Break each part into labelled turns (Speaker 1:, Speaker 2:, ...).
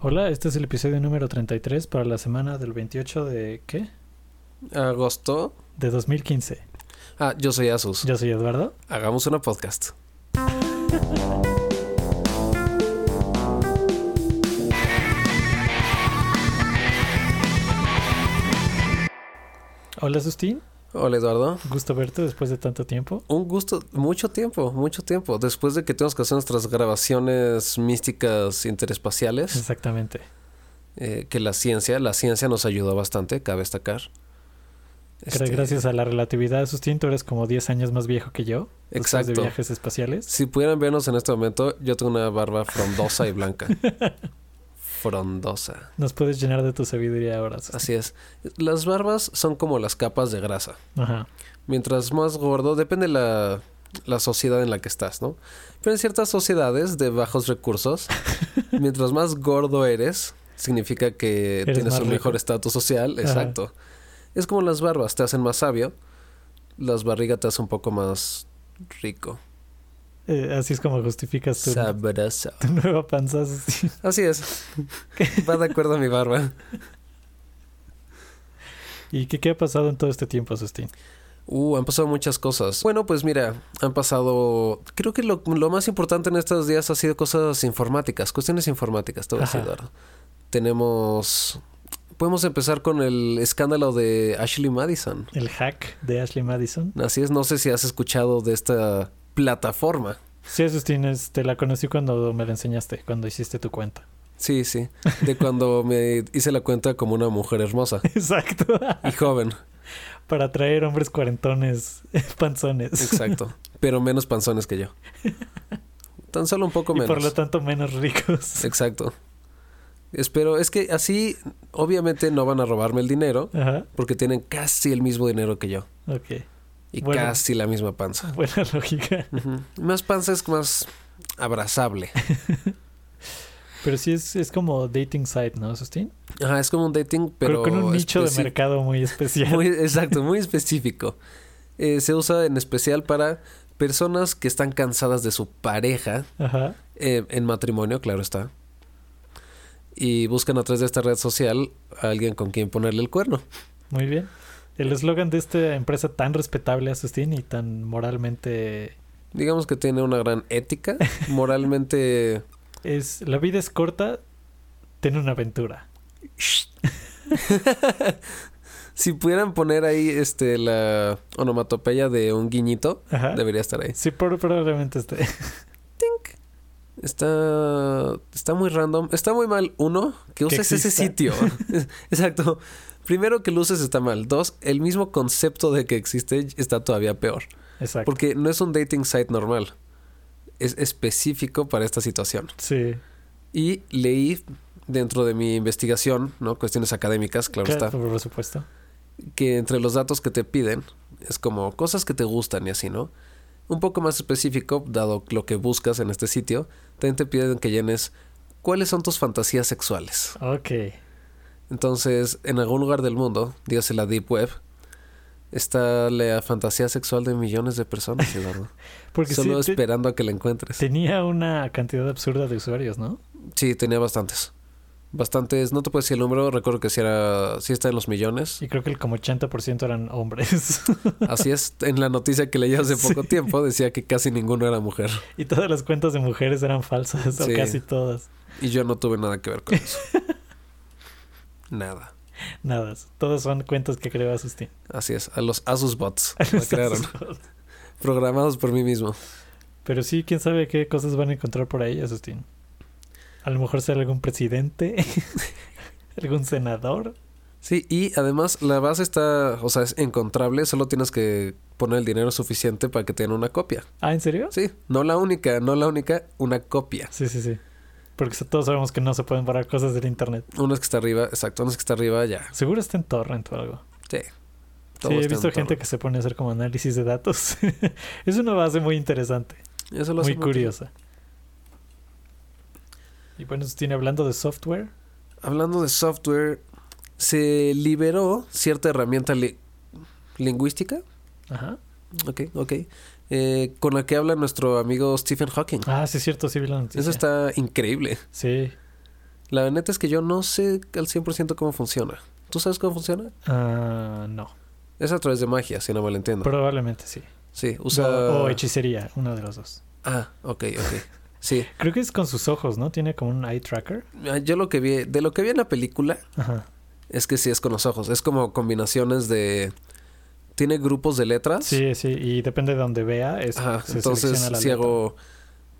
Speaker 1: Hola, este es el episodio número 33 para la semana del 28 de... ¿qué?
Speaker 2: Agosto.
Speaker 1: De 2015.
Speaker 2: Ah, yo soy Asus.
Speaker 1: Yo soy Eduardo.
Speaker 2: Hagamos una podcast.
Speaker 1: Hola, Sustín.
Speaker 2: Hola Eduardo.
Speaker 1: Gusto verte después de tanto tiempo.
Speaker 2: Un gusto, mucho tiempo, mucho tiempo. Después de que tenemos que hacer nuestras grabaciones místicas interespaciales,
Speaker 1: Exactamente.
Speaker 2: eh, que la ciencia, la ciencia nos ayudó bastante, cabe destacar.
Speaker 1: Gra-
Speaker 2: Este,
Speaker 1: Gracias a la relatividad, Sustín, tú eres como 10 años más viejo que yo. después
Speaker 2: Exacto.
Speaker 1: de viajes espaciales.
Speaker 2: Si pudieran vernos en este momento, yo tengo una barba frondosa y blanca. frondosa.
Speaker 1: Nos puedes llenar de tu sabiduría ahora. Sustín.
Speaker 2: Así es. Las barbas son como las capas de grasa.
Speaker 1: Ajá.
Speaker 2: Mientras más gordo, depende la, la sociedad en la que estás, ¿no? Pero en ciertas sociedades de bajos recursos, mientras más gordo eres, significa que
Speaker 1: Eres
Speaker 2: tienes
Speaker 1: más
Speaker 2: un
Speaker 1: rico.
Speaker 2: mejor estatus social.
Speaker 1: Ajá.
Speaker 2: Exacto. Es como las barbas, te hacen más sabio. Las barrigas te hacen un poco más rico.
Speaker 1: Eh, así es como justificas tu,
Speaker 2: Sabroso.
Speaker 1: tu nueva panza, Sustín.
Speaker 2: Así es. Va de acuerdo a mi barba.
Speaker 1: ¿Y qué, qué ha pasado en todo este tiempo, Sustín?
Speaker 2: Uh, han pasado muchas cosas. Bueno, pues mira, han pasado. Creo que lo, lo más importante en estos días ha sido cosas informáticas, cuestiones informáticas, todo eso,
Speaker 1: Ajá.
Speaker 2: Eduardo. Tenemos. Podemos empezar con el escándalo de Ashley Madison.
Speaker 1: El hack de Ashley Madison.
Speaker 2: Así es, no sé si has escuchado de esta plataforma.
Speaker 1: Sí, Sustín, es- te la conocí cuando me la enseñaste, cuando hiciste tu cuenta.
Speaker 2: Sí, sí. De cuando me hice la cuenta como una mujer hermosa
Speaker 1: Exacto.
Speaker 2: y joven.
Speaker 1: Para atraer hombres cuarentones, panzones.
Speaker 2: Exacto. Pero menos panzones que yo. Tan solo un poco
Speaker 1: Y
Speaker 2: menos.
Speaker 1: por lo tanto menos ricos.
Speaker 2: Exacto. Espero, es que así obviamente no van a robarme el dinero
Speaker 1: Ajá,
Speaker 2: porque tienen casi el mismo dinero que yo
Speaker 1: ok.
Speaker 2: y
Speaker 1: Bueno.
Speaker 2: casi la misma panza.
Speaker 1: Buena lógica.
Speaker 2: Ujú. Más panza es más abrazable.
Speaker 1: Pero sí es, es como dating site, ¿no, Sustín?
Speaker 2: Ajá, es como un dating,
Speaker 1: Pero
Speaker 2: pero
Speaker 1: con un nicho de
Speaker 2: especi-
Speaker 1: mercado muy especial.
Speaker 2: muy- exacto, muy específico. Eh, se usa en especial para personas que están cansadas de su pareja
Speaker 1: Ajá.
Speaker 2: eh, en matrimonio, claro está. Y buscan a través de esta red social a alguien con quien ponerle el cuerno.
Speaker 1: Muy bien. El eslogan de esta empresa tan respetable, Sustín, y tan moralmente...
Speaker 2: digamos que tiene una gran ética, moralmente...
Speaker 1: es La vida es corta, ten una aventura.
Speaker 2: si pudieran poner ahí este la onomatopeya de un guiñito,
Speaker 1: Ajá.
Speaker 2: debería estar ahí.
Speaker 1: Sí, por- probablemente esté.
Speaker 2: Está está muy random, está muy mal uno que uses ese
Speaker 1: exista.
Speaker 2: sitio. Exacto. Primero que lo uses está mal. Dos, el mismo concepto de que existe está todavía peor,
Speaker 1: Exacto.
Speaker 2: porque no es un dating site normal. Es específico para esta situación.
Speaker 1: Sí.
Speaker 2: Y leí dentro de mi investigación, ¿no? Cuestiones académicas, claro
Speaker 1: Claro,
Speaker 2: está.
Speaker 1: Por supuesto.
Speaker 2: que entre los datos que te piden es como cosas que te gustan y así, ¿no? Un poco más específico, dado lo que buscas en este sitio, también te piden que llenes cuáles son tus fantasías sexuales.
Speaker 1: Ok.
Speaker 2: Entonces, en algún lugar del mundo, dígase la Deep Web, está la fantasía sexual de millones de personas, Eduardo.
Speaker 1: Porque sí,
Speaker 2: Solo
Speaker 1: te-
Speaker 2: esperando a que la encuentres.
Speaker 1: tenía una cantidad absurda de usuarios, ¿no?
Speaker 2: Sí, tenía bastantes. Bastantes, no te puedo decir el número, recuerdo que si era, sí está en los millones.
Speaker 1: Y creo que el como 80% eran hombres.
Speaker 2: Así es, en la noticia que leí hace poco
Speaker 1: Sí.
Speaker 2: tiempo decía que casi ninguno era mujer.
Speaker 1: y todas las cuentas de mujeres eran falsas,
Speaker 2: Sí.
Speaker 1: o casi todas.
Speaker 2: Y yo no tuve nada que ver con eso. nada.
Speaker 1: Nada, todas son cuentas que creó Asustín.
Speaker 2: Así es. A los Asus bots. La crearon. Programados por mí mismo.
Speaker 1: Pero sí, quién sabe qué cosas van a encontrar por ahí, Asustín. A lo mejor será algún presidente, algún senador.
Speaker 2: Sí, y además la base está, o sea, es encontrable. Solo tienes que poner el dinero suficiente para que te den una copia.
Speaker 1: Ah, ¿en serio?
Speaker 2: Sí, no la única, no la única, una copia.
Speaker 1: Sí, sí, sí. Porque so- todos sabemos que no se pueden borrar cosas del internet.
Speaker 2: Una es que está arriba, exacto, una es que está arriba ya.
Speaker 1: Seguro está en torrent o algo.
Speaker 2: Sí. Todo
Speaker 1: Sí, he
Speaker 2: está en
Speaker 1: visto gente
Speaker 2: torno.
Speaker 1: que se pone a hacer como análisis de datos. es una base muy interesante.
Speaker 2: Eso lo hace
Speaker 1: muy curiosa. Y bueno, eso tiene hablando de software.
Speaker 2: Hablando de software, se liberó cierta herramienta li- lingüística.
Speaker 1: Ajá.
Speaker 2: Ok, ok. Eh, con la que habla nuestro amigo Stephen Hawking.
Speaker 1: Ah, sí, es cierto, sí vi la noticia.
Speaker 2: Eso está increíble.
Speaker 1: Sí.
Speaker 2: La neta es que yo no sé al 100% cómo funciona. ¿Tú sabes cómo funciona?
Speaker 1: Ah, no.
Speaker 2: Es a través de magia, si no me lo entiendo.
Speaker 1: Probablemente sí.
Speaker 2: sí, usa...
Speaker 1: O, o hechicería, una de las dos.
Speaker 2: Ah, ok, ok. Sí,
Speaker 1: Creo que es con sus ojos, ¿no? Tiene como un eye tracker.
Speaker 2: Ah, yo lo que vi, de lo que vi en la película,
Speaker 1: Ajá.
Speaker 2: es que sí es con los ojos. Es como combinaciones de... Tiene grupos de letras.
Speaker 1: Sí, sí. Y depende de donde vea, es,
Speaker 2: Ajá,
Speaker 1: se
Speaker 2: entonces
Speaker 1: selecciona la
Speaker 2: si
Speaker 1: letra.
Speaker 2: hago...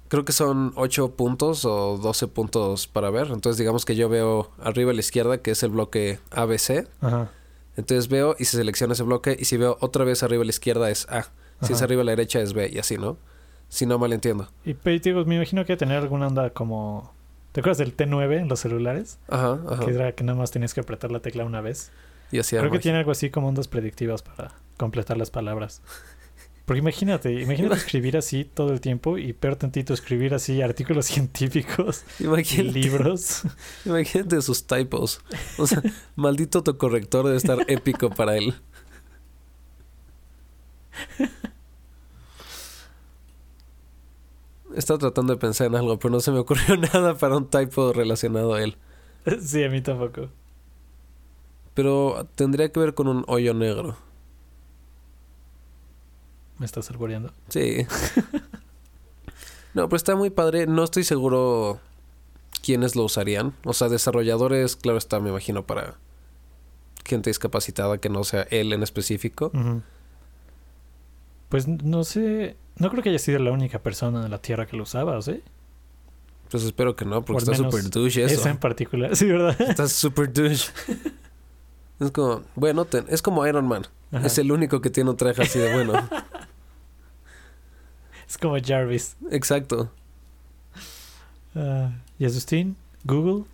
Speaker 2: Creo que son 8 puntos o 12 puntos para ver. Entonces digamos que yo veo arriba a la izquierda que es el bloque ABC.
Speaker 1: Ajá.
Speaker 2: Entonces veo y se selecciona ese bloque. Y si veo otra vez arriba a la izquierda es A. Si es
Speaker 1: Ajá.
Speaker 2: arriba a la derecha es B y así, ¿no? Si no mal entiendo.
Speaker 1: Y pero te digo, me imagino que tener alguna onda como... ¿Te acuerdas del T9 en los celulares?
Speaker 2: Ajá, ajá.
Speaker 1: Que era que nada más tenías que apretar la tecla una vez.
Speaker 2: Y así
Speaker 1: Creo que
Speaker 2: arma.
Speaker 1: tiene algo así como ondas predictivas para completar las palabras. Porque imagínate, imagínate escribir así todo el tiempo y peor tantito escribir así artículos científicos y
Speaker 2: Imagínate,
Speaker 1: libros.
Speaker 2: imagínate sus typos. O sea, maldito tu corrector debe estar épico para él. Estaba tratando de pensar en algo, pero no se me ocurrió nada para un typo relacionado a él.
Speaker 1: sí, a mí tampoco.
Speaker 2: Pero tendría que ver con un hoyo negro.
Speaker 1: Me estás alboreando.
Speaker 2: Sí. No, pero está muy padre. No estoy seguro quiénes lo usarían. O sea, desarrolladores, claro está, me imagino, para gente discapacitada que no sea él en específico.
Speaker 1: Ujú. Pues no sé, no creo que haya sido la única persona en la Tierra que lo usaba, ¿o sí?
Speaker 2: Pues espero que no,
Speaker 1: O
Speaker 2: porque
Speaker 1: al
Speaker 2: está
Speaker 1: menos
Speaker 2: súper douche eso.
Speaker 1: Esa en particular, sí, ¿verdad?
Speaker 2: Está súper douche. Es como, bueno, ten- es como Iron Man.
Speaker 1: Ajá.
Speaker 2: Es el único que tiene un traje así de bueno.
Speaker 1: Es como Jarvis.
Speaker 2: Exacto.
Speaker 1: Ah, ¿Y Asustín? ¿Google?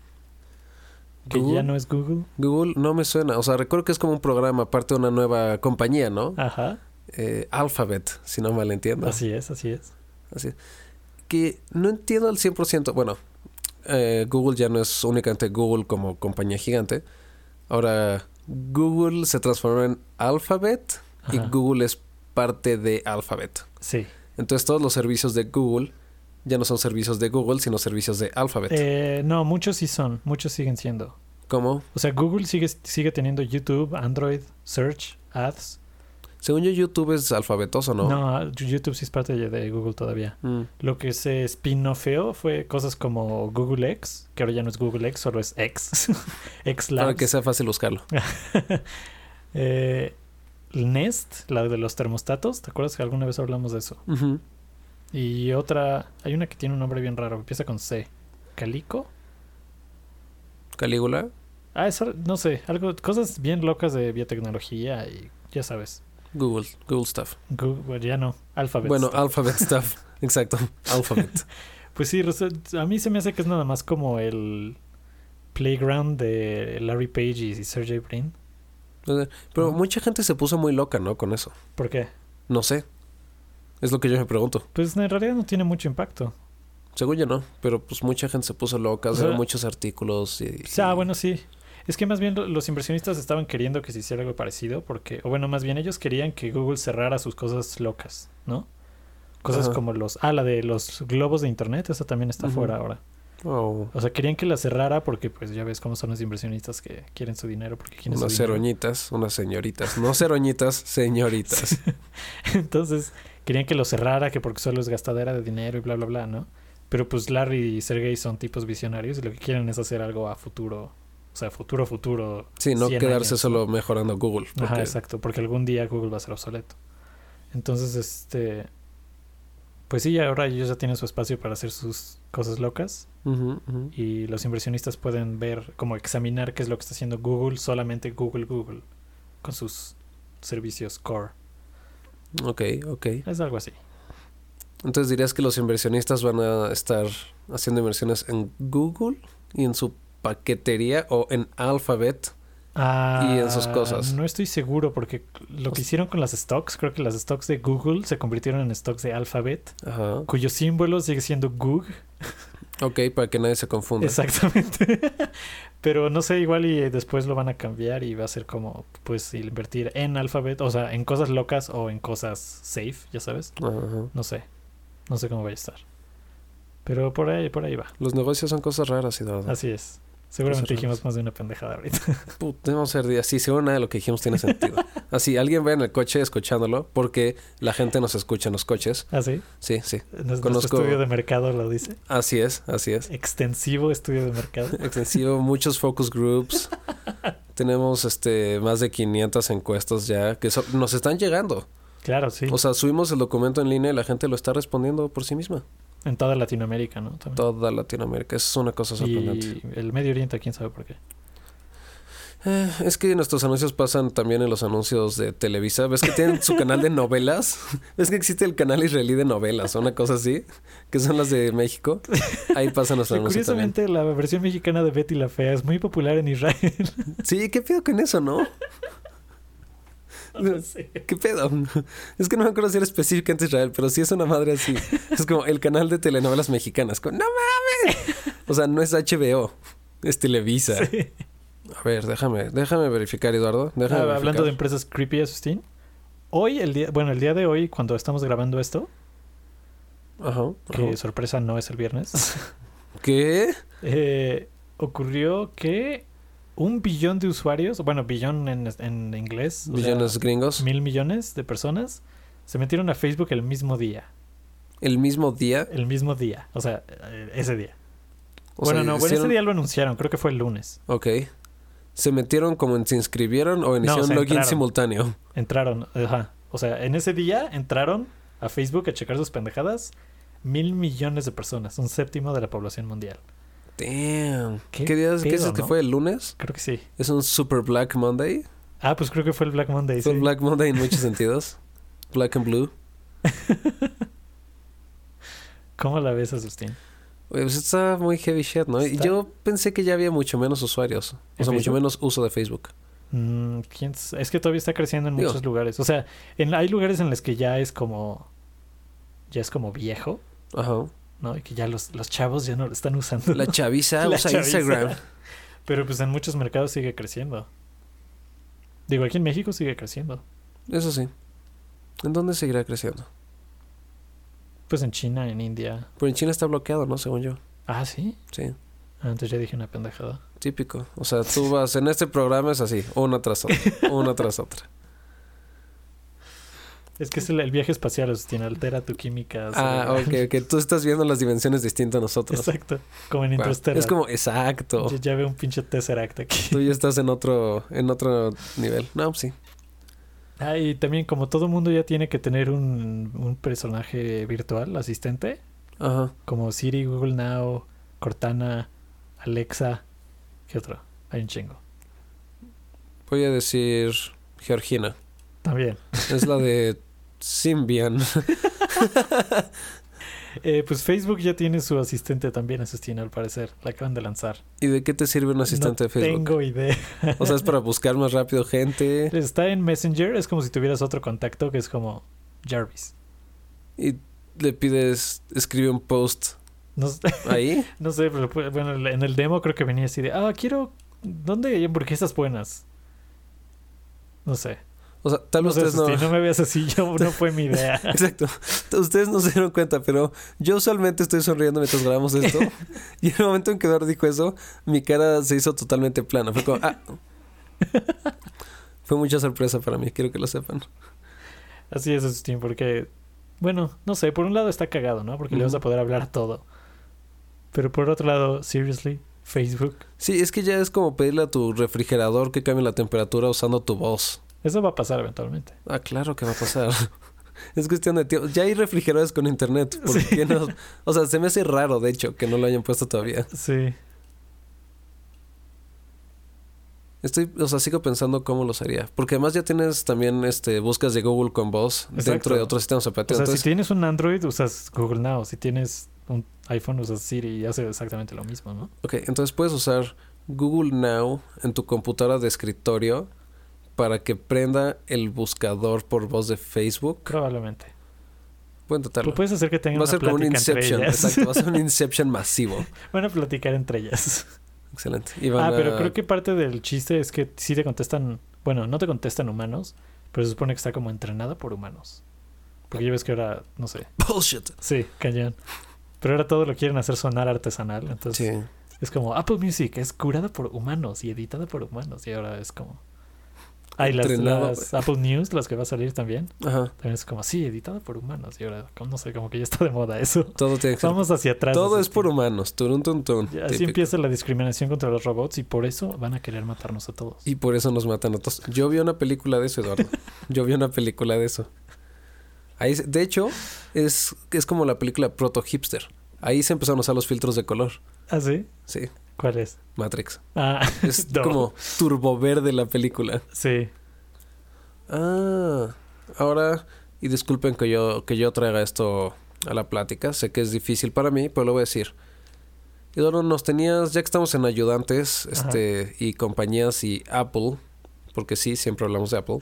Speaker 1: Que
Speaker 2: Google.
Speaker 1: ya no es Google.
Speaker 2: Google no me suena. O sea, recuerdo que es como un programa, aparte de una nueva compañía, ¿no?
Speaker 1: Ajá,
Speaker 2: Eh, Alphabet, si no mal entiendo.
Speaker 1: así es, así es.
Speaker 2: Así es. Que no entiendo al 100%. Bueno, eh, Google ya no es únicamente Google como compañía gigante. Ahora, Google se transformó en Alphabet y
Speaker 1: Ajá.
Speaker 2: Google es parte de Alphabet.
Speaker 1: Sí.
Speaker 2: Entonces, todos los servicios de Google ya no son servicios de Google, sino servicios de Alphabet.
Speaker 1: Eh, no, muchos sí son, muchos siguen siendo.
Speaker 2: ¿Cómo?
Speaker 1: O sea, Google sigue, sigue teniendo YouTube, Android, Search, Ads.
Speaker 2: Según yo, YouTube es alfabetoso, ¿no?
Speaker 1: No, YouTube sí es parte de- de Google todavía.
Speaker 2: Mm.
Speaker 1: Lo que se spin-offeó fue cosas como Google X, que ahora ya no es Google X, solo es X. X
Speaker 2: Para que
Speaker 1: Labs.
Speaker 2: sea fácil buscarlo.
Speaker 1: Eh, Nest, la de los termostatos. ¿Te acuerdas que alguna vez hablamos de eso?
Speaker 2: Ujú.
Speaker 1: Y otra, hay una que tiene un nombre bien raro, empieza con C. ¿Calico?
Speaker 2: Calígula.
Speaker 1: Ah, eso, no sé, algo, cosas bien locas de biotecnología y ya sabes.
Speaker 2: Google. Google Stuff.
Speaker 1: Google, ya no, Alphabet.
Speaker 2: bueno,
Speaker 1: Stuff.
Speaker 2: Alphabet Stuff. Exacto. Alphabet.
Speaker 1: Pues sí, resu- a mí se me hace que es nada más como el playground de Larry Page y Sergey Brin.
Speaker 2: Pero
Speaker 1: Ujú.
Speaker 2: mucha gente se puso muy loca, ¿no? Con eso.
Speaker 1: ¿Por qué?
Speaker 2: No sé. Es lo que yo me pregunto.
Speaker 1: Pues en realidad no tiene mucho impacto.
Speaker 2: Según yo no, pero pues mucha gente se puso loca,
Speaker 1: O
Speaker 2: hicieron
Speaker 1: sea-
Speaker 2: muchos artículos y...
Speaker 1: O sea, bueno, sí. Es que más bien lo- los inversionistas estaban queriendo que se hiciera algo parecido porque, o bueno, más bien ellos querían que Google cerrara sus cosas locas, ¿no? Cosas
Speaker 2: Ajá.
Speaker 1: como los... Ah, la de los globos de Internet, esa también está
Speaker 2: Ujú.
Speaker 1: fuera ahora.
Speaker 2: Oh,
Speaker 1: O sea, querían que la cerrara porque pues ya ves cómo son los inversionistas que quieren su dinero porque quieren
Speaker 2: unas
Speaker 1: su dinero.
Speaker 2: ceroñitas, unas señoritas. No ceroñitas, señoritas.
Speaker 1: Entonces, querían que lo cerrara, que porque solo es gastadera de dinero y bla, bla, bla, ¿no? Pero pues Larry y Sergey son tipos visionarios y lo que quieren es hacer algo a futuro. O sea, futuro, futuro.
Speaker 2: Sí, no
Speaker 1: 100
Speaker 2: quedarse
Speaker 1: años.
Speaker 2: solo mejorando Google.
Speaker 1: Ajá,
Speaker 2: porque-
Speaker 1: exacto, porque algún día Google va a ser obsoleto. Entonces, este... Pues sí, ahora ellos ya tienen su espacio para hacer sus cosas locas
Speaker 2: Ujú, ujú.
Speaker 1: y los inversionistas pueden ver, como examinar qué es lo que está haciendo Google, solamente Google, Google, con sus servicios core.
Speaker 2: Ok, ok.
Speaker 1: Es algo así.
Speaker 2: Entonces dirías que los inversionistas van a estar haciendo inversiones en Google y en su paquetería o en Alphabet.
Speaker 1: Ah,
Speaker 2: y en sus cosas.
Speaker 1: No estoy seguro porque lo que hicieron con las stocks, creo que las stocks de Google se convirtieron en stocks de Alphabet,
Speaker 2: Ajá.
Speaker 1: cuyo símbolo sigue siendo GUG.
Speaker 2: Ok, para que nadie se confunda.
Speaker 1: Exactamente. Pero no sé, igual y después lo van a cambiar y va a ser como, pues, invertir en Alphabet, o sea, en cosas locas o en cosas safe, ya sabes.
Speaker 2: Ajá.
Speaker 1: No sé. No sé cómo vaya a estar. Pero por ahí, por ahí va.
Speaker 2: Los negocios son cosas raras, Eduardo.
Speaker 1: Así es. Seguramente dijimos más de una pendejada ahorita.
Speaker 2: Puta, debemos ser días. Sí, seguro nada de lo que dijimos tiene sentido. Así, alguien vea en el coche escuchándolo, porque la gente nos escucha en los coches.
Speaker 1: ¿Ah, sí?
Speaker 2: Sí, sí.
Speaker 1: Nuestro
Speaker 2: Conozco-
Speaker 1: estudio de mercado lo dice.
Speaker 2: Así es, así es.
Speaker 1: Extensivo estudio de mercado.
Speaker 2: Extensivo, muchos focus groups. Tenemos este más de 500 encuestas ya que so- nos están llegando.
Speaker 1: Claro, sí.
Speaker 2: O sea, subimos el documento en línea y la gente lo está respondiendo por sí misma.
Speaker 1: en toda Latinoamérica, ¿no? También.
Speaker 2: Toda Latinoamérica. Eso es una cosa sorprendente.
Speaker 1: Y el Medio Oriente, quién sabe por qué.
Speaker 2: Eh, es que nuestros anuncios pasan también en los anuncios de Televisa. ¿Ves que tienen su canal de novelas? ¿Ves que existe el canal israelí de novelas? Una cosa así, que son las de México. Ahí pasan los
Speaker 1: Sí,
Speaker 2: anuncios también.
Speaker 1: curiosamente, la versión mexicana de Betty la Fea es muy popular en Israel.
Speaker 2: Sí, ¿qué pedo con eso, no?
Speaker 1: No sé.
Speaker 2: ¿Qué pedo? Es que no me acuerdo si era específicamente Israel, pero sí es una madre así. Es como el canal de telenovelas mexicanas. Como, ¡No mames! O sea, no es HBO, es Televisa.
Speaker 1: Sí.
Speaker 2: A ver, déjame, déjame verificar, Eduardo. Déjame
Speaker 1: Ah, hablando de
Speaker 2: verificar.
Speaker 1: empresas creepy, Asustín. Hoy, el día, bueno, el día de hoy, cuando estamos grabando esto,
Speaker 2: Ajá,
Speaker 1: que
Speaker 2: ajá.
Speaker 1: sorpresa no es el viernes,
Speaker 2: ¿Qué?
Speaker 1: eh, ocurrió que un billón de usuarios, bueno, billón en, en inglés, o sea,
Speaker 2: Millones gringos.
Speaker 1: mil millones de personas, se metieron a Facebook el mismo día.
Speaker 2: El mismo día.
Speaker 1: El mismo día, o sea, eh, ese día.
Speaker 2: O
Speaker 1: bueno,
Speaker 2: sea,
Speaker 1: no, bueno, ese
Speaker 2: hicieron-
Speaker 1: día lo anunciaron, creo que fue el lunes.
Speaker 2: Ok. ¿Se metieron como en se inscribieron o iniciaron
Speaker 1: se
Speaker 2: login
Speaker 1: entraron.
Speaker 2: simultáneo?
Speaker 1: Entraron, ajá. O sea, en ese día entraron a Facebook a checar sus pendejadas mil millones de personas, un séptimo de la población mundial.
Speaker 2: Damn.
Speaker 1: Qué
Speaker 2: ¿Qué, día es- qué
Speaker 1: pedo,
Speaker 2: dices que
Speaker 1: ¿no?
Speaker 2: fue? ¿El lunes?
Speaker 1: Creo que sí.
Speaker 2: ¿Es un Super Black Monday?
Speaker 1: Ah, pues creo que fue el Black Monday.
Speaker 2: Fue
Speaker 1: sí.
Speaker 2: un Black Monday en muchos sentidos. Black and Blue.
Speaker 1: ¿Cómo la ves, Asustín?
Speaker 2: Oye, Pues está muy heavy shit, ¿no? Y
Speaker 1: Está-
Speaker 2: Yo pensé que ya había mucho menos usuarios. O sea,
Speaker 1: ¿En
Speaker 2: mucho
Speaker 1: Facebook?
Speaker 2: menos uso de Facebook.
Speaker 1: Mm, ¿quién s- es que todavía está creciendo en
Speaker 2: Digo.
Speaker 1: muchos lugares. O sea, en, hay lugares en los que ya es como. Ya es como viejo,
Speaker 2: Ajá.
Speaker 1: ¿no? Y que ya los, los chavos ya no lo están usando.
Speaker 2: La chaviza
Speaker 1: La
Speaker 2: usa
Speaker 1: chaviza.
Speaker 2: Instagram.
Speaker 1: Pero pues en muchos mercados sigue creciendo. Digo, aquí en México sigue creciendo.
Speaker 2: Eso sí. ¿En dónde seguirá creciendo?
Speaker 1: Pues en China, en India.
Speaker 2: Pero en China está bloqueado, ¿no? Según yo.
Speaker 1: Ah, sí.
Speaker 2: Sí.
Speaker 1: Antes ya dije una pendejada.
Speaker 2: Típico. O sea, tú vas en este programa es así, una tras otra, una tras otra.
Speaker 1: Es que es el, el viaje espacial, Asustín, altera tu química.
Speaker 2: Ah,
Speaker 1: cerebral.
Speaker 2: ok, ok. Tú estás viendo las dimensiones distintas a nosotros.
Speaker 1: Exacto. Como en
Speaker 2: Wow.
Speaker 1: Interstellar.
Speaker 2: Es como exacto.
Speaker 1: Yo ya veo un pinche Tesseract aquí.
Speaker 2: Tú ya estás en otro, en otro nivel. No, pues sí.
Speaker 1: Ah, y también como todo mundo ya tiene que tener un, un personaje virtual, asistente,
Speaker 2: Ajá.
Speaker 1: como Siri, Google Now, Cortana, Alexa, ¿qué otro? Hay un chingo.
Speaker 2: Voy a decir Georgina.
Speaker 1: También.
Speaker 2: Es la de Symbian.
Speaker 1: Eh, pues Facebook ya tiene su asistente también, Asustín, al parecer. La acaban de lanzar.
Speaker 2: ¿Y de qué te sirve un asistente
Speaker 1: No
Speaker 2: de Facebook?
Speaker 1: Tengo idea.
Speaker 2: O sea, es para buscar más rápido gente.
Speaker 1: Está en Messenger, es como si tuvieras otro contacto que es como Jarvis.
Speaker 2: Y le pides, escribe un post
Speaker 1: No, s-
Speaker 2: ahí.
Speaker 1: no sé, pero pu- bueno, en el demo creo que venía así de, ah, quiero, ¿dónde hay hamburguesas buenas? No sé.
Speaker 2: O sea, tal
Speaker 1: No,
Speaker 2: vez
Speaker 1: sé,
Speaker 2: ustedes no.
Speaker 1: Asustín, no me veas así, yo no fue mi idea.
Speaker 2: Exacto. Ustedes no se dieron cuenta, pero yo usualmente estoy sonriendo mientras grabamos esto. Y en el momento en que Eduardo dijo eso, mi cara se hizo totalmente plana. Fue como, ah. Fue mucha sorpresa para mí, quiero que lo sepan.
Speaker 1: Así es, Asustín, porque, bueno, no sé, por un lado está cagado, ¿no? Porque le vas a
Speaker 2: Ujú.
Speaker 1: poder hablar a todo. Pero por otro lado, seriously, Facebook,
Speaker 2: Sí, es que ya es como pedirle a tu refrigerador que cambie la temperatura usando tu voz.
Speaker 1: eso va a pasar eventualmente.
Speaker 2: Ah, claro que va a pasar. Es cuestión de tiempo. Ya hay refrigeradores con internet. ¿Por
Speaker 1: Sí.
Speaker 2: qué no? O sea, se me hace raro, de hecho, que no lo hayan puesto todavía.
Speaker 1: Sí.
Speaker 2: Estoy, o sea, sigo pensando cómo los haría. Porque además ya tienes también este buscas de Google con voz
Speaker 1: Exacto.
Speaker 2: dentro de otros sistemas
Speaker 1: O
Speaker 2: operativos.
Speaker 1: sea, si
Speaker 2: Entonces,
Speaker 1: tienes un Android, usas Google Now. Si tienes un iPhone, usas Siri y hace exactamente lo mismo, ¿no?
Speaker 2: ok, entonces puedes usar Google Now en tu computadora de escritorio para que prenda el buscador por voz de Facebook.
Speaker 1: Probablemente.
Speaker 2: Pueden
Speaker 1: Lo
Speaker 2: tratarlo.
Speaker 1: puedes hacer que tengan
Speaker 2: Va a
Speaker 1: una
Speaker 2: ser como un
Speaker 1: plática entre
Speaker 2: Inception.
Speaker 1: ellas.
Speaker 2: Exacto, va a ser un Inception masivo.
Speaker 1: Van a platicar entre ellas.
Speaker 2: Excelente. Y van
Speaker 1: ah, pero
Speaker 2: a-
Speaker 1: creo que parte del chiste es que sí te contestan... Bueno, no te contestan humanos, pero se supone que está como entrenada por humanos. Porque ya ves que ahora, no sé.
Speaker 2: Bullshit.
Speaker 1: Sí, cañón. Pero ahora todo lo quieren hacer sonar artesanal. Entonces
Speaker 2: Sí.
Speaker 1: Es como Apple Music es curada por humanos y editada por humanos. Y ahora es como. Hay las,
Speaker 2: Entrenada.
Speaker 1: las Apple News, las que va a salir también.
Speaker 2: Ajá.
Speaker 1: También es como, sí, editada por humanos. Y ahora, como- no sé, como que ya está de moda eso.
Speaker 2: Todo tiene que ser-
Speaker 1: Vamos hacia atrás.
Speaker 2: Todo
Speaker 1: así
Speaker 2: es por
Speaker 1: que-
Speaker 2: humanos. Turun, tun, tun.
Speaker 1: ya, Así
Speaker 2: Típico.
Speaker 1: empieza la discriminación contra los robots y por eso van a querer matarnos a todos.
Speaker 2: Y por eso nos matan a todos. Yo vi una película de eso, Eduardo. Yo vi una película de eso. Ahí, se- de hecho, es, es como la película proto hipster. Ahí se empezaron a usar los filtros de color.
Speaker 1: ¿Ah, sí?
Speaker 2: Sí,
Speaker 1: ¿Cuál es?
Speaker 2: Matrix.
Speaker 1: Ah,
Speaker 2: Es
Speaker 1: No.
Speaker 2: como turbo verde la película.
Speaker 1: sí.
Speaker 2: Ah, ahora, y disculpen que yo, que yo traiga esto a la plática, sé que es difícil para mí, pero lo voy a decir. Eduardo, nos tenías, ya que estamos en ayudantes
Speaker 1: Ajá.
Speaker 2: este, y compañías y Apple, porque sí, siempre hablamos de Apple.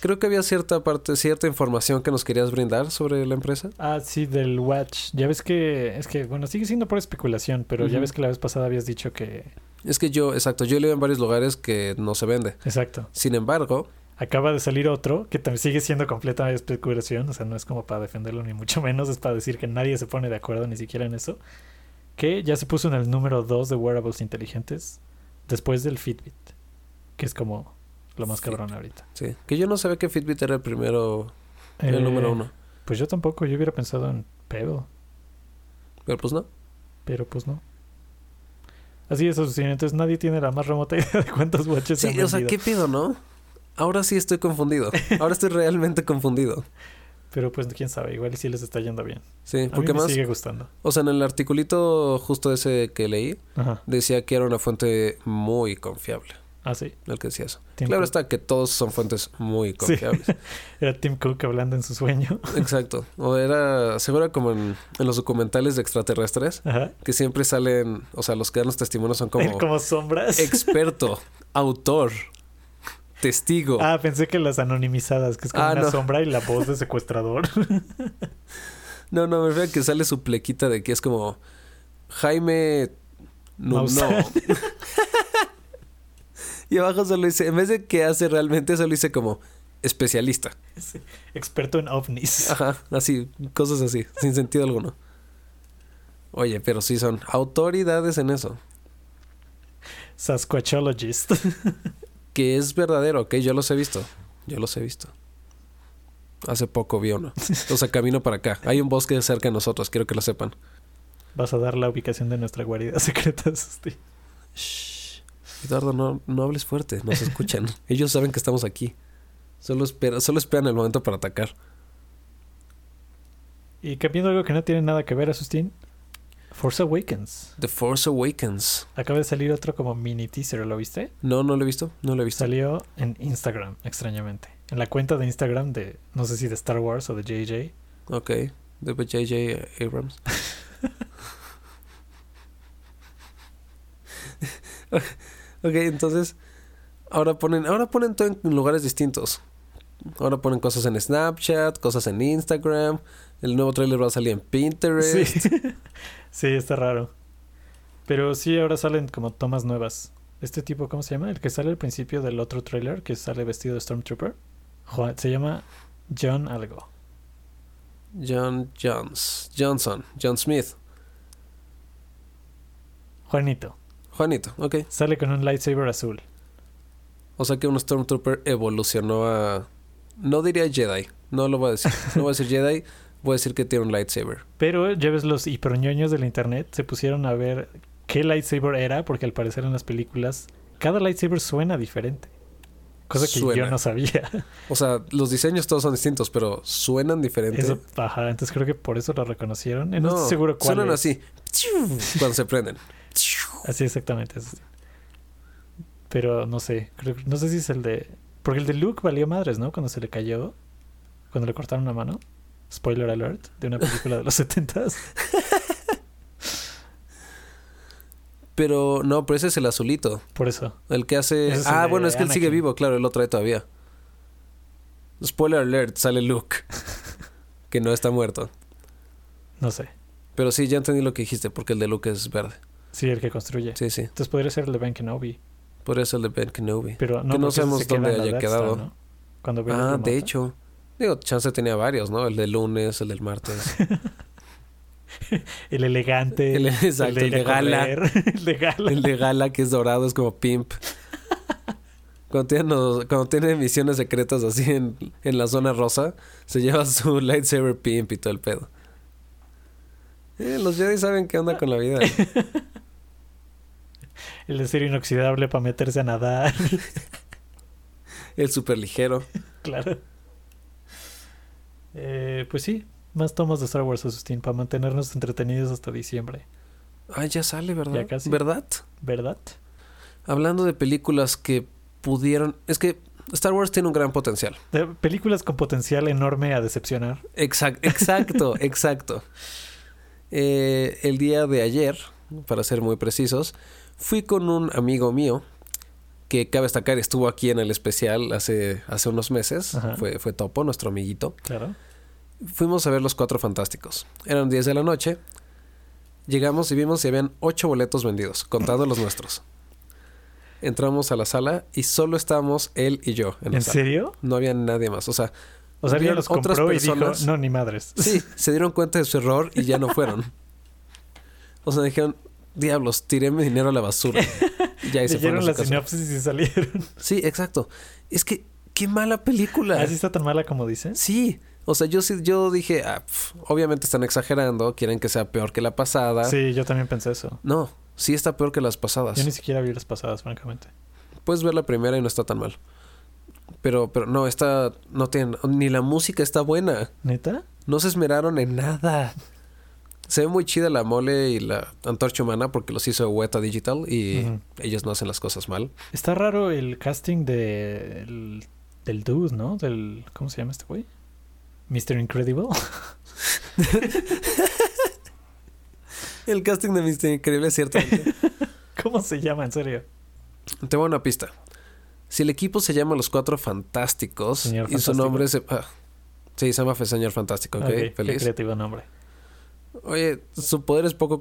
Speaker 2: Creo que había cierta parte, cierta información que nos querías brindar sobre la empresa.
Speaker 1: Ah, sí, del Watch. Ya ves que, es que, bueno, sigue siendo por especulación, pero ya
Speaker 2: Ujú.
Speaker 1: ves que la vez pasada habías dicho que...
Speaker 2: Es que yo, exacto, yo leo en varios lugares que no se vende.
Speaker 1: Exacto.
Speaker 2: Sin embargo,
Speaker 1: Acaba de salir otro que también sigue siendo completa especulación, o sea, no es como para defenderlo ni mucho menos, es para decir que nadie se pone de acuerdo ni siquiera en eso, que ya se puso en el número 2 de wearables inteligentes después del Fitbit, que es como lo más cabrón ahorita.
Speaker 2: sí, que yo no sabía que Fitbit era el primero, el
Speaker 1: Eh,
Speaker 2: número uno.
Speaker 1: Pues yo tampoco, yo hubiera pensado en Pebble,
Speaker 2: Pero pues no.
Speaker 1: pero pues no. Así es, Azucena, entonces nadie tiene la más remota idea de cuántos watches se han
Speaker 2: Sí, o sea,
Speaker 1: vendido.
Speaker 2: ¿qué pido, no? Ahora sí estoy confundido. Ahora estoy realmente confundido.
Speaker 1: Pero pues quién sabe, igual y sí les está yendo bien.
Speaker 2: Sí,
Speaker 1: A mí
Speaker 2: porque
Speaker 1: me
Speaker 2: más,
Speaker 1: sigue gustando.
Speaker 2: o sea, en el articulito justo ese que leí,
Speaker 1: Ajá.
Speaker 2: decía que era una fuente muy confiable,
Speaker 1: Ah, sí.
Speaker 2: el que decía eso.
Speaker 1: Tim
Speaker 2: Claro
Speaker 1: Cook.
Speaker 2: está que todos son fuentes muy confiables.
Speaker 1: Era Tim Cook hablando en su sueño.
Speaker 2: Exacto. O era, seguro como en, en los documentales de extraterrestres,
Speaker 1: Ajá.
Speaker 2: que siempre salen, o sea, los que dan los testimonios son
Speaker 1: Él
Speaker 2: como
Speaker 1: como sombras.
Speaker 2: experto, autor, testigo.
Speaker 1: Ah, pensé que las anonimizadas, que es como
Speaker 2: Ah,
Speaker 1: una
Speaker 2: no.
Speaker 1: sombra y la voz de secuestrador.
Speaker 2: No, no, me refiero a que sale su plequita de que es como Jaime no,
Speaker 1: Maussan.
Speaker 2: no. y abajo solo dice, en vez de que hace realmente, solo dice como especialista.
Speaker 1: Experto en ovnis.
Speaker 2: Ajá, así, cosas así, sin sentido alguno. Oye, pero sí son autoridades en eso.
Speaker 1: Sasquatchologist.
Speaker 2: Que es verdadero, ok, yo los he visto. Yo los he visto. Hace poco vi uno. O sea, camino para acá. Hay un bosque cerca de nosotros, quiero que lo sepan.
Speaker 1: Vas a dar la ubicación de nuestra guarida secreta, Susti.
Speaker 2: Shh. Eduardo, no, no hables fuerte, nos escuchan. Ellos saben que estamos aquí. Solo, espera, solo esperan el momento para atacar.
Speaker 1: Y cambiando algo que no tiene nada que ver, Asustín. Force Awakens.
Speaker 2: The Force Awakens.
Speaker 1: Acaba de salir otro como mini teaser, ¿lo viste?
Speaker 2: No, no lo he visto, no lo he visto.
Speaker 1: Salió en Instagram, extrañamente. En la cuenta de Instagram de, no sé si de Star Wars o de JJ.
Speaker 2: Ok, de J.J. Abrams. ok, entonces, ahora ponen, ahora ponen todo en lugares distintos. Ahora ponen cosas en Snapchat, cosas en Instagram. El nuevo trailer va a salir en Pinterest.
Speaker 1: Sí. sí, está raro. Pero sí, ahora salen como tomas nuevas. Este tipo, ¿cómo se llama? El que sale al principio del otro trailer, que sale vestido de Stormtrooper. Jo- se llama John Algo.
Speaker 2: John Jones, Johnson, John Smith,
Speaker 1: Juanito.
Speaker 2: Juanito, ok.
Speaker 1: Sale con un lightsaber azul.
Speaker 2: O sea que un Stormtrooper evolucionó a... No diría Jedi, no lo voy a decir. No voy a decir Jedi, voy a decir que tiene un lightsaber.
Speaker 1: Pero ya ves, los hiperñoños del internet se pusieron a ver qué lightsaber era, porque al parecer en las películas cada lightsaber suena diferente. Cosa que
Speaker 2: Suena.
Speaker 1: yo no sabía.
Speaker 2: O sea, los diseños todos son distintos, pero suenan diferentes.
Speaker 1: Eso, ajá, entonces creo que por eso lo reconocieron. Eh, No,
Speaker 2: No,
Speaker 1: estoy seguro cuál
Speaker 2: suenan
Speaker 1: es.
Speaker 2: así cuando se prenden.
Speaker 1: Así exactamente. eso sí. Pero no sé, creo- no sé si es el de... Porque el de Luke valió madres, ¿no? Cuando se le cayó, cuando le cortaron la mano. Spoiler alert, de una película de los 70s.
Speaker 2: Pero no, pero ese es el azulito,
Speaker 1: Por eso.
Speaker 2: el que hace...
Speaker 1: Ese es el
Speaker 2: ah,
Speaker 1: de
Speaker 2: bueno, es que él sigue
Speaker 1: Anakin.
Speaker 2: vivo, claro, él lo trae todavía. Spoiler alert, sale Luke, que no está muerto.
Speaker 1: No sé.
Speaker 2: Pero sí, ya entendí lo que dijiste, porque el de Luke es verde.
Speaker 1: Sí, el que construye.
Speaker 2: Sí, sí.
Speaker 1: Entonces podría ser el de Ben Kenobi.
Speaker 2: Podría ser el de Ben Kenobi.
Speaker 1: Pero no,
Speaker 2: Que
Speaker 1: porque
Speaker 2: no
Speaker 1: ese
Speaker 2: sabemos
Speaker 1: se queda
Speaker 2: dónde
Speaker 1: en la
Speaker 2: haya
Speaker 1: Death
Speaker 2: quedado.
Speaker 1: Star, ¿no? Cuando Vader
Speaker 2: ah,
Speaker 1: lo
Speaker 2: de
Speaker 1: mata.
Speaker 2: hecho. Digo, Chance tenía varios, ¿no? El del lunes, el del martes.
Speaker 1: el elegante,
Speaker 2: El- exacto, el
Speaker 1: ir a
Speaker 2: de gala.
Speaker 1: correr, el de gala.
Speaker 2: El de gala que es dorado es como pimp. Cuando tiene, los- cuando tiene misiones secretas así en, en la zona rosa, se lleva su lightsaber pimp y todo el pedo. Eh, los Jedi saben qué onda con la vida.
Speaker 1: El de acero inoxidable para meterse a nadar,
Speaker 2: El super ligero.
Speaker 1: claro. Eh, pues sí, más tomas de Star Wars, Asustín, para mantenernos entretenidos hasta diciembre,
Speaker 2: Ah, ya sale, ¿verdad?
Speaker 1: Ya casi.
Speaker 2: ¿Verdad?
Speaker 1: ¿verdad?
Speaker 2: Hablando de películas que pudieron... Es que Star Wars tiene un gran potencial.
Speaker 1: De películas con potencial enorme a decepcionar.
Speaker 2: Exac- Exacto, exacto, Eh, el día de ayer, para ser muy precisos, fui con un amigo mío que cabe destacar estuvo aquí en el especial hace, hace unos meses.
Speaker 1: Ajá.
Speaker 2: Fue, fue Topo, nuestro amiguito.
Speaker 1: Claro.
Speaker 2: Fuimos a ver Los Cuatro Fantásticos. Eran 10 de la noche. Llegamos y vimos si habían 8 boletos vendidos, contando los nuestros. Entramos a la sala y solo estábamos él y yo en la
Speaker 1: ¿En
Speaker 2: sala.
Speaker 1: serio?
Speaker 2: No había nadie más. O sea,
Speaker 1: O sea, alguien
Speaker 2: Hubieron
Speaker 1: los
Speaker 2: otras
Speaker 1: compró y dijo,
Speaker 2: personas-
Speaker 1: no, ni madres.
Speaker 2: Sí, se dieron cuenta de su error y ya no fueron. O sea, dijeron, diablos, tiré mi dinero a la basura. Y ya y se fueron a
Speaker 1: Leyeron
Speaker 2: su
Speaker 1: la
Speaker 2: casa.
Speaker 1: sinopsis y salieron.
Speaker 2: Sí, exacto. Es que, qué mala película.
Speaker 1: ¿Así está tan mala como dices?
Speaker 2: Sí. O sea, yo sí, yo dije, ah, pf, obviamente están exagerando, quieren que sea peor que la pasada.
Speaker 1: Sí, yo también pensé eso.
Speaker 2: No, sí está peor que las
Speaker 1: Yo
Speaker 2: pasadas.
Speaker 1: ni siquiera vi las pasadas, francamente.
Speaker 2: Puedes ver la primera y no está tan mal. Pero, pero no, esta no tiene, ni la música está buena.
Speaker 1: ¿Neta?
Speaker 2: No se esmeraron en nada. Se ve muy chida la mole y la antorcha humana porque los hizo Weta Digital y
Speaker 1: Ujú.
Speaker 2: ellos no hacen las cosas mal.
Speaker 1: Está raro el casting de, el- del dude, ¿no? Del, ¿Cómo se llama este güey? Mr. Incredible.
Speaker 2: El casting de Mr. Increíble, ciertamente.
Speaker 1: ¿Cómo se llama, en serio?
Speaker 2: Te voy a una pista. Si el equipo se llama Los Cuatro Fantásticos
Speaker 1: Señor
Speaker 2: y su
Speaker 1: Fantástico.
Speaker 2: nombre se... ah, sí, se llama Señor Fantástico, ok,
Speaker 1: Ok, Qué
Speaker 2: feliz.
Speaker 1: creativo nombre.
Speaker 2: Oye, su poder es poco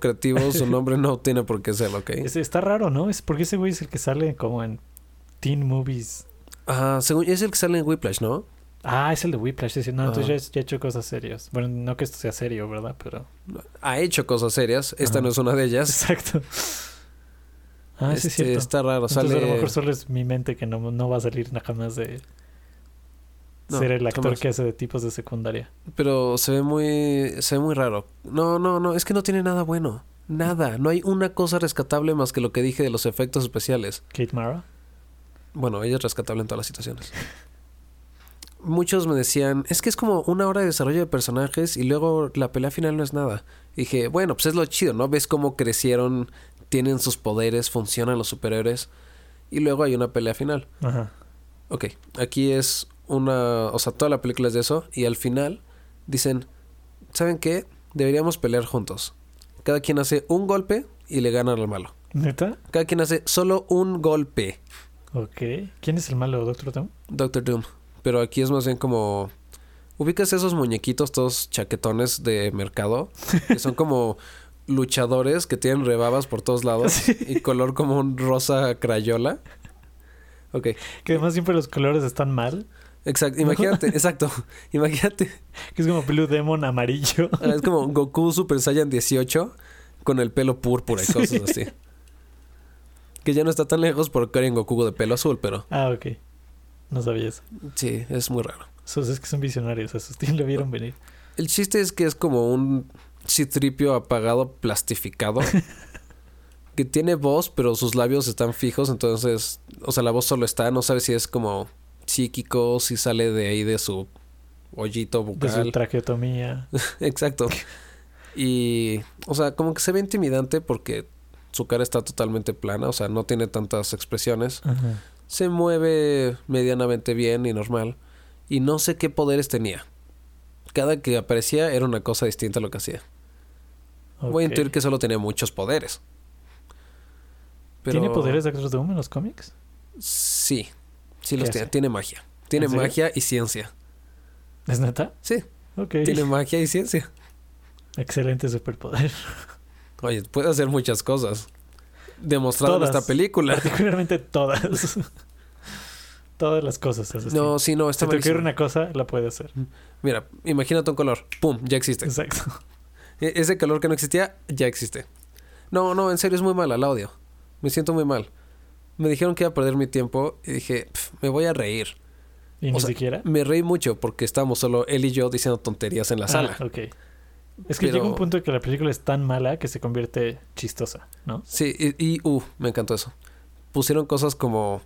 Speaker 2: creativo, su nombre no tiene por qué serlo, ok.
Speaker 1: Ese- está raro, ¿no? Es porque ese güey es el que sale como en teen movies.
Speaker 2: Ajá, Ah, según, es el que sale en Whiplash, ¿no?
Speaker 1: Ah, es el de Whiplash. sí, sí. No, entonces
Speaker 2: Ah.
Speaker 1: ya, es- ya he hecho cosas serias. Bueno, no que esto sea serio, ¿verdad? Pero...
Speaker 2: Ha hecho cosas serias, esta
Speaker 1: Ajá.
Speaker 2: no es una de ellas.
Speaker 1: Exacto. Ah, sí, es
Speaker 2: Este,
Speaker 1: cierto.
Speaker 2: Está raro,
Speaker 1: Entonces,
Speaker 2: sale...
Speaker 1: a lo mejor solo es mi mente que no, no va a salir nada más de
Speaker 2: No,
Speaker 1: ser el actor
Speaker 2: jamás.
Speaker 1: que hace de tipos de secundaria.
Speaker 2: Pero se ve muy se ve muy raro. No, no, no, es que no tiene nada bueno. Nada, no hay una cosa rescatable más que lo que dije de los efectos especiales.
Speaker 1: Kate Mara.
Speaker 2: Bueno, ella es rescatable en todas las situaciones. Muchos me decían, es que es como una hora de desarrollo de personajes y luego la pelea final no es nada. Y dije, bueno, pues es lo chido, ¿no? Ves cómo crecieron, tienen sus poderes, funcionan los superhéroes y luego hay una pelea final.
Speaker 1: Ajá.
Speaker 2: Ok, aquí es una... O sea, toda la película es de eso. Y al final dicen, ¿saben qué? Deberíamos pelear juntos. Cada quien hace un golpe y le ganan al malo.
Speaker 1: ¿Neta?
Speaker 2: Cada quien hace solo un golpe,
Speaker 1: Ok. ¿Quién es el malo, Doctor Tom?
Speaker 2: Doctor Doom. Pero aquí es más bien como... Ubicas esos muñequitos, todos chaquetones de mercado, que son como luchadores que tienen rebabas por todos lados y color como un rosa crayola. Ok,
Speaker 1: Que además siempre los colores están mal.
Speaker 2: exacto, imagínate, exacto, imagínate
Speaker 1: Que es como Blue Demon amarillo.
Speaker 2: Ah, Es como Goku Super Saiyan 18 con el pelo púrpura y
Speaker 1: Sí.
Speaker 2: cosas así. Que ya no está tan lejos por Karen Goku de pelo azul, pero
Speaker 1: Ah, ok. No sabía eso.
Speaker 2: sí, es muy raro.
Speaker 1: Esos es que son visionarios. A Sustín lo vieron venir.
Speaker 2: El chiste es que es como un citripio apagado plastificado. que tiene voz, pero sus labios están fijos, entonces, o sea, la voz solo está, no sabes si es como psíquico, si sale de ahí de su hoyito
Speaker 1: De
Speaker 2: bucal.
Speaker 1: su traqueotomía.
Speaker 2: Exacto. Y, o sea, como que se ve intimidante porque su cara está totalmente plana, o sea, no tiene tantas expresiones.
Speaker 1: Ajá.
Speaker 2: Se mueve medianamente bien y normal. Y no sé qué poderes tenía. Cada que aparecía era una cosa distinta a lo que hacía. Voy a
Speaker 1: Ok.
Speaker 2: intuir que solo tenía muchos poderes. Pero-
Speaker 1: ¿Tiene poderes Doctor Doom en los cómics?
Speaker 2: Sí, sí
Speaker 1: ¿Qué
Speaker 2: los
Speaker 1: hace?
Speaker 2: tiene. Tiene magia. Tiene
Speaker 1: serio?
Speaker 2: magia y ciencia.
Speaker 1: ¿Es neta?
Speaker 2: Sí,
Speaker 1: Ok.
Speaker 2: tiene magia y ciencia.
Speaker 1: Excelente superpoder.
Speaker 2: Oye, puede hacer muchas cosas. Demostrado en
Speaker 1: Todas.
Speaker 2: esta película.
Speaker 1: Particularmente todas. todas las cosas. Asustín.
Speaker 2: No, sí, no,
Speaker 1: Si
Speaker 2: está
Speaker 1: te ocurre
Speaker 2: malísimo.
Speaker 1: una cosa, la puede hacer.
Speaker 2: Mira, imagínate un color. Pum, ya existe.
Speaker 1: Exacto.
Speaker 2: E- Ese calor que no existía, ya existe. No, no, en serio es muy mala, la odio. Me siento muy mal. Me dijeron que iba a perder mi tiempo y dije, "Pf, me voy a reír.
Speaker 1: Y
Speaker 2: O
Speaker 1: ni
Speaker 2: sea,
Speaker 1: siquiera.
Speaker 2: Me reí mucho porque estábamos solo él y yo diciendo tonterías en la sala.
Speaker 1: Ah, ok. Es que
Speaker 2: Pero-
Speaker 1: llega un punto en que la película es tan mala que se convierte chistosa, ¿no?
Speaker 2: Sí, y, y, uh, me encantó eso. Pusieron cosas como,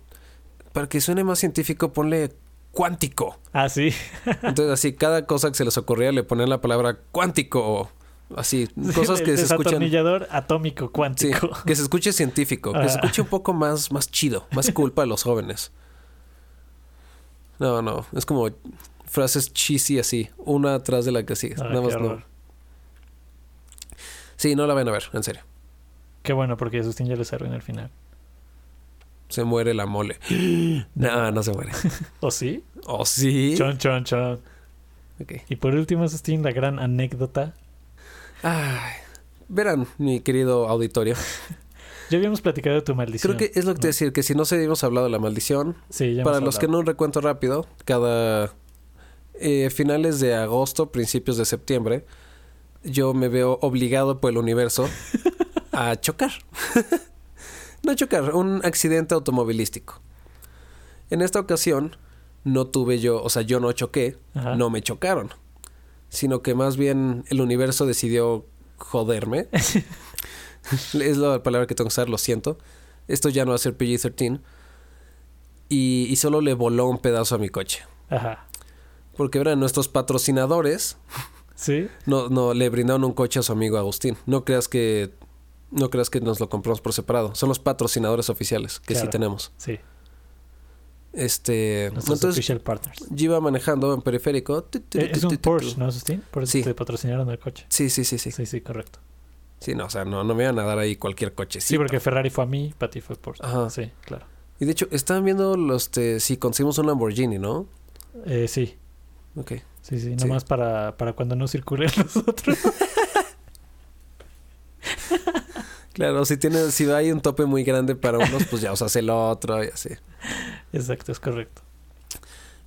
Speaker 2: para que suene más científico, ponle cuántico.
Speaker 1: Ah, sí.
Speaker 2: Entonces, así, cada cosa que se les ocurría le ponían la palabra cuántico o así, cosas que
Speaker 1: El
Speaker 2: se escuchan.
Speaker 1: Desatornillador atómico
Speaker 2: Sí,
Speaker 1: cuántico.
Speaker 2: que se escuche científico, que se
Speaker 1: Ah.
Speaker 2: escuche un poco más, más chido, más culpa a los jóvenes. No, no, es como frases cheesy así, una atrás de la que sigue.
Speaker 1: Ah,
Speaker 2: Nada más
Speaker 1: qué,
Speaker 2: no.
Speaker 1: horror.
Speaker 2: Sí, no la van a ver, en serio.
Speaker 1: Qué bueno, porque Justin ya les arruina el final.
Speaker 2: Se muere la mole. no, no se muere.
Speaker 1: ¿O sí?
Speaker 2: Oh, sí.
Speaker 1: Chon, chon, chon.
Speaker 2: Ok.
Speaker 1: Y por último, Justin, la gran anécdota.
Speaker 2: Ay, verán, mi querido auditorio.
Speaker 1: Ya habíamos platicado de tu maldición.
Speaker 2: Creo que es lo que te
Speaker 1: No.
Speaker 2: decir, que si no se hemos hablado de la maldición,
Speaker 1: Sí, ya
Speaker 2: para
Speaker 1: hemos
Speaker 2: los que
Speaker 1: hablado.
Speaker 2: no un recuento rápido, cada eh, finales de agosto, principios de septiembre, yo me veo obligado por el universo a chocar. no chocar, un accidente automovilístico. En esta ocasión, no tuve yo, o sea, yo no choqué,
Speaker 1: Ajá.
Speaker 2: no me chocaron, sino que más bien el universo decidió joderme. es la palabra que tengo que usar, lo siento. Esto ya no va a ser PG-13. Y, y solo le voló un pedazo a mi coche.
Speaker 1: Ajá.
Speaker 2: Porque verán, nuestros patrocinadores
Speaker 1: Sí.
Speaker 2: no, no le brindaron un coche a su amigo Agustín. No creas que no creas que nos lo compramos por separado. Son los patrocinadores oficiales que sí
Speaker 1: Claro.
Speaker 2: tenemos.
Speaker 1: Sí,
Speaker 2: Este,
Speaker 1: nuestros
Speaker 2: entonces
Speaker 1: official partners.
Speaker 2: yo iba manejando en periférico. Tu, tu,
Speaker 1: Eh,
Speaker 2: tu,
Speaker 1: es
Speaker 2: tu,
Speaker 1: un
Speaker 2: tu,
Speaker 1: Porsche,
Speaker 2: tu.
Speaker 1: ¿no, Justin? Por eso
Speaker 2: Sí.
Speaker 1: te patrocinaron el coche.
Speaker 2: Sí, sí, sí, sí.
Speaker 1: Sí, sí, correcto.
Speaker 2: Sí, no, o sea, no, no me iban a dar ahí cualquier coche.
Speaker 1: Sí, porque Ferrari fue a mí, para ti fue Porsche.
Speaker 2: Ajá.
Speaker 1: Sí, claro.
Speaker 2: Y de hecho, estaban viendo los te- si conseguimos un Lamborghini, ¿no?
Speaker 1: Eh, sí,
Speaker 2: Ok.
Speaker 1: sí, sí.
Speaker 2: Sí.
Speaker 1: Nomás para, para cuando no circulen nosotros.
Speaker 2: Claro, si tiene, si hay un tope muy grande para unos, pues ya usas el otro y así.
Speaker 1: Exacto, es correcto.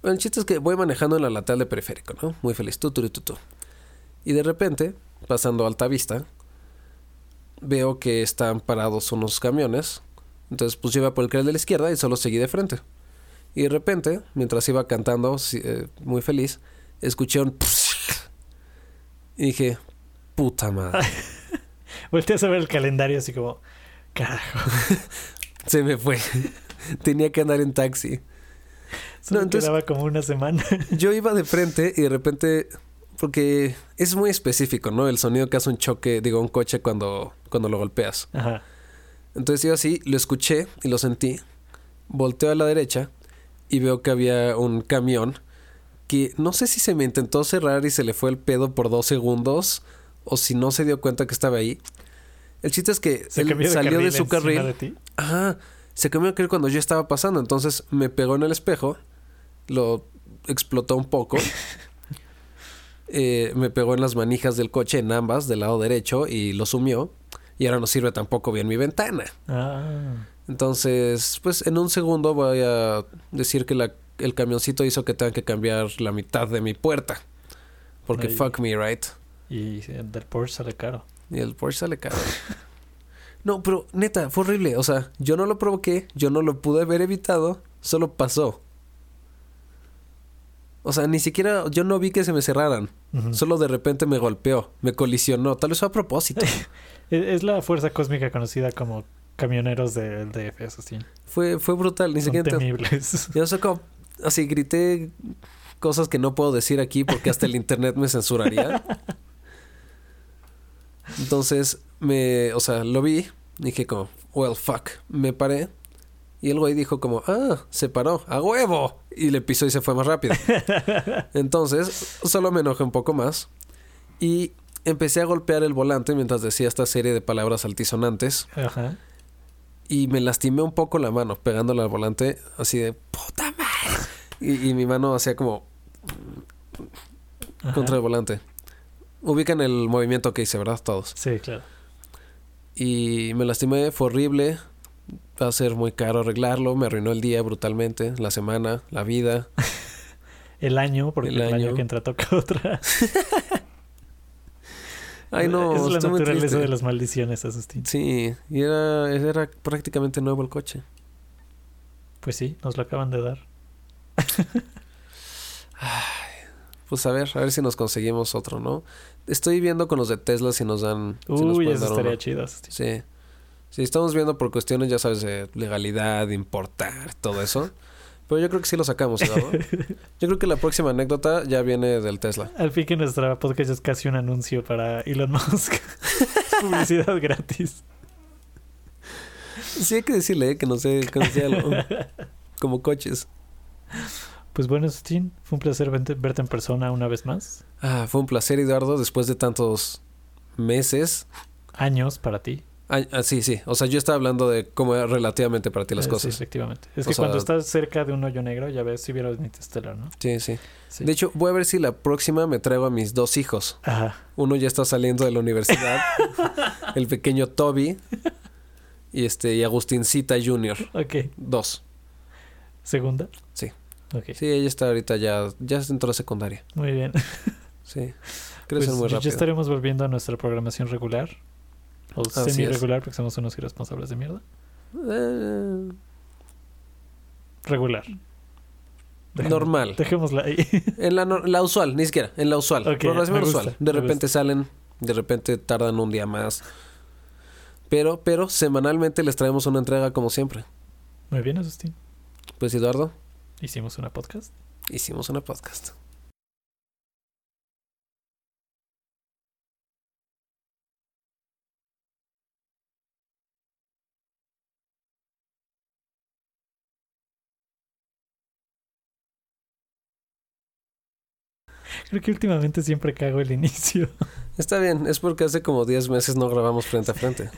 Speaker 2: Bueno, el chiste es que voy manejando en la lateral de periférico, ¿no? Muy feliz. Tú, tú, tú, tú. Y de repente, pasando a alta vista, veo que están parados unos camiones. Entonces, pues yo iba por el carril de la izquierda y solo seguí de frente. Y de repente, mientras iba cantando, sí, eh, muy feliz, escuché un... Y dije, puta madre.
Speaker 1: Volteas a ver el calendario así como, carajo.
Speaker 2: Se me fue. Tenía que andar en taxi.
Speaker 1: Solo
Speaker 2: No, entonces-
Speaker 1: quedaba como una semana.
Speaker 2: Yo iba de frente y de repente, porque es muy específico, ¿no? El sonido que hace un choque, digo, un coche cuando, cuando lo golpeas.
Speaker 1: Ajá.
Speaker 2: Entonces iba así, lo escuché y lo sentí. Volteo a la derecha y veo que había un camión que no sé si se me intentó cerrar y se le fue el pedo por dos segundos o si no se dio cuenta que estaba ahí. El chiste es que
Speaker 1: Se
Speaker 2: él
Speaker 1: cambió de
Speaker 2: salió
Speaker 1: carril
Speaker 2: de su
Speaker 1: encima
Speaker 2: carril
Speaker 1: de ti.
Speaker 2: Ajá, se cambió a creer cuando yo estaba pasando. Entonces me pegó en el espejo, lo explotó un poco. eh, me pegó en las manijas del coche, en ambas, del lado derecho, y lo sumió. Y ahora no sirve tampoco bien mi ventana.
Speaker 1: Ah,
Speaker 2: Entonces, pues en un segundo voy a decir que la- el camioncito hizo que tenga que cambiar la mitad de mi puerta. Porque
Speaker 1: Ay.
Speaker 2: fuck me, right?
Speaker 1: y del Porsche sale caro.
Speaker 2: Y el Porsche sale caro. No, pero neta, fue horrible. O sea, yo no lo provoqué, yo no lo pude haber evitado, solo pasó. O sea, ni siquiera yo no vi que se me cerraran.
Speaker 1: Ujú.
Speaker 2: Solo de repente me golpeó, me colisionó. Tal vez fue a propósito.
Speaker 1: Es, es la fuerza cósmica conocida como camioneros del DF, eso sí.
Speaker 2: fue, fue brutal, ni
Speaker 1: Son
Speaker 2: siquiera. ent-
Speaker 1: temibles.
Speaker 2: Yo sé como- así grité cosas que no puedo decir aquí porque hasta el internet me censuraría. Entonces, me, o sea, lo vi, dije como, well, fuck, me paré. Y el güey dijo como, ah, se paró, a huevo. Y le pisó y se fue más rápido. Entonces, solo me enojé un poco más. Y empecé a golpear el volante mientras decía esta serie de palabras altisonantes.
Speaker 1: Ajá.
Speaker 2: Y me lastimé un poco la mano pegándola al volante, así de puta madre. Y, y mi mano hacía como
Speaker 1: ajá.
Speaker 2: contra el volante. Ubican el movimiento que hice, ¿verdad? Todos.
Speaker 1: Sí, claro.
Speaker 2: Y me lastimé, fue horrible. Va a ser muy caro arreglarlo. Me arruinó el día brutalmente, la semana, la vida.
Speaker 1: El año, porque
Speaker 2: El
Speaker 1: el año,
Speaker 2: año.
Speaker 1: que entra toca otra.
Speaker 2: Ay, no,
Speaker 1: es la
Speaker 2: estoy muy
Speaker 1: naturaleza
Speaker 2: triste.
Speaker 1: de las maldiciones, Asustín.
Speaker 2: Sí, y era, era prácticamente nuevo el coche.
Speaker 1: Pues sí, nos lo acaban de dar.
Speaker 2: Pues a ver, a ver si nos conseguimos otro, ¿no? Estoy viendo con los de Tesla si nos dan. si nos
Speaker 1: Uy,
Speaker 2: pueden
Speaker 1: eso
Speaker 2: dar
Speaker 1: estaría
Speaker 2: uno.
Speaker 1: chido, Asustín.
Speaker 2: Sí. Sí, estamos viendo por cuestiones, ya sabes, de legalidad, de importar, todo eso. Pero yo creo que sí lo sacamos, ¿no? Yo creo que la próxima anécdota ya viene del Tesla.
Speaker 1: Al fin que nuestra podcast es casi un anuncio para Elon Musk. Publicidad gratis.
Speaker 2: Sí hay que decirle ¿eh? que nos dé que nos dé algo. Como coches.
Speaker 1: Pues bueno, Asustín, fue un placer verte, verte en persona una vez más.
Speaker 2: Ah, fue un placer, Eduardo, después de tantos meses.
Speaker 1: Años para ti.
Speaker 2: Ah, ah, sí, sí. O sea, yo estaba hablando de cómo era relativamente para ti las
Speaker 1: Eh, Sí,
Speaker 2: cosas.
Speaker 1: efectivamente. Es
Speaker 2: O
Speaker 1: que
Speaker 2: sea-
Speaker 1: cuando estás cerca de un hoyo negro, ya ves si vieron Interstellar, ¿no?
Speaker 2: Sí, sí.
Speaker 1: Sí.
Speaker 2: De hecho, voy a ver si la próxima me traigo a mis dos hijos.
Speaker 1: Ajá.
Speaker 2: Uno ya está saliendo de la universidad, el pequeño Toby y este y Agustincita Jr.
Speaker 1: Ok.
Speaker 2: Dos.
Speaker 1: ¿Segunda?
Speaker 2: Sí.
Speaker 1: Ok.
Speaker 2: Sí, ella está ahorita ya, ya entró a secundaria.
Speaker 1: Muy bien.
Speaker 2: Sí.
Speaker 1: Pues
Speaker 2: Crecen muy
Speaker 1: ya- ya
Speaker 2: rápido.
Speaker 1: estaremos volviendo a nuestra programación regular. O
Speaker 2: Así es.
Speaker 1: semi-regular, porque somos unos irresponsables de mierda.
Speaker 2: Eh,
Speaker 1: Regular. Dejémosla-
Speaker 2: normal.
Speaker 1: Dejémosla ahí.
Speaker 2: En la, nor- la usual, ni siquiera, en la usual.
Speaker 1: Ok,
Speaker 2: Programación
Speaker 1: me gusta,
Speaker 2: usual.
Speaker 1: me
Speaker 2: De repente salen, de repente tardan un día más. Pero, pero semanalmente les traemos una entrega como siempre.
Speaker 1: Muy bien, Asustín.
Speaker 2: Pues Eduardo,
Speaker 1: Hicimos una podcast.
Speaker 2: hicimos una podcast.
Speaker 1: Creo que últimamente siempre cago el inicio.
Speaker 2: Está bien, es porque hace como 10 meses no grabamos frente a frente.